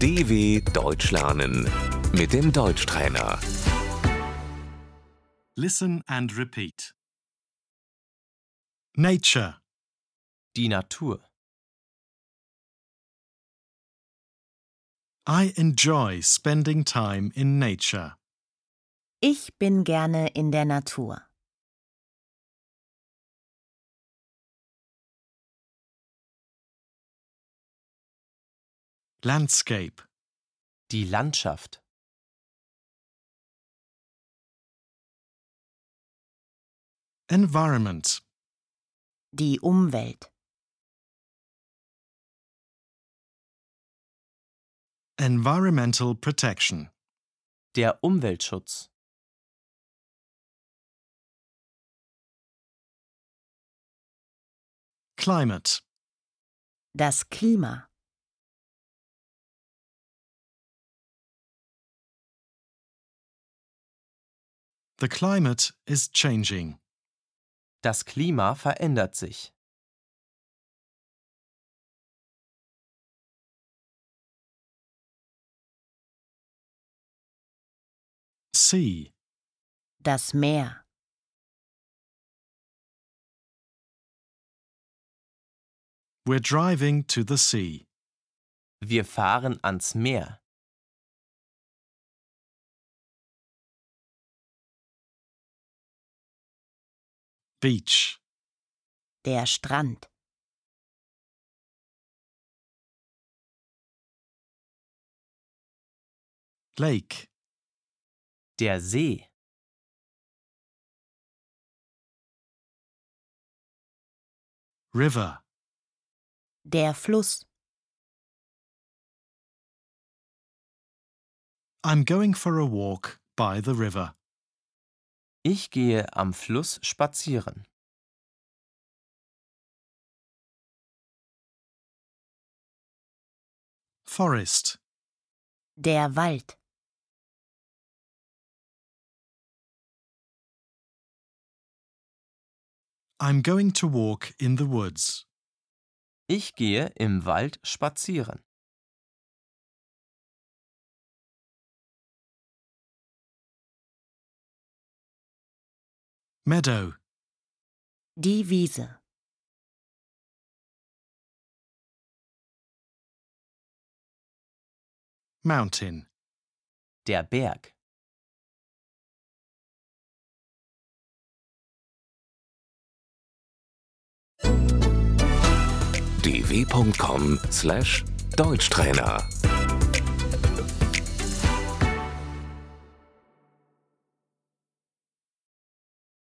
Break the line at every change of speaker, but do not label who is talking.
DW Deutsch lernen mit dem Deutschtrainer.
Listen and repeat. Nature,
Die Natur.
I enjoy spending time in nature.
Ich bin gerne in der Natur.
Landscape,
Die Landschaft.
environment,
Die Umwelt.
environmental protection,
Der Umweltschutz.
climate,
Das Klima.
The climate is changing.
Das Klima verändert sich.
Sea,
Das Meer.
we're driving to the sea.
Wir fahren ans Meer.
Beach,
Der Strand.
lake,
Der See.
river,
Der Fluss.
I'm going for a walk by the river.
Ich gehe am Fluss spazieren.
Forest,
Der Wald.
I'm going to walk in the woods.
Ich gehe im Wald spazieren.
Meadow,
Die Wiese.
mountain,
Der Berg.
dw.com/deutschtrainer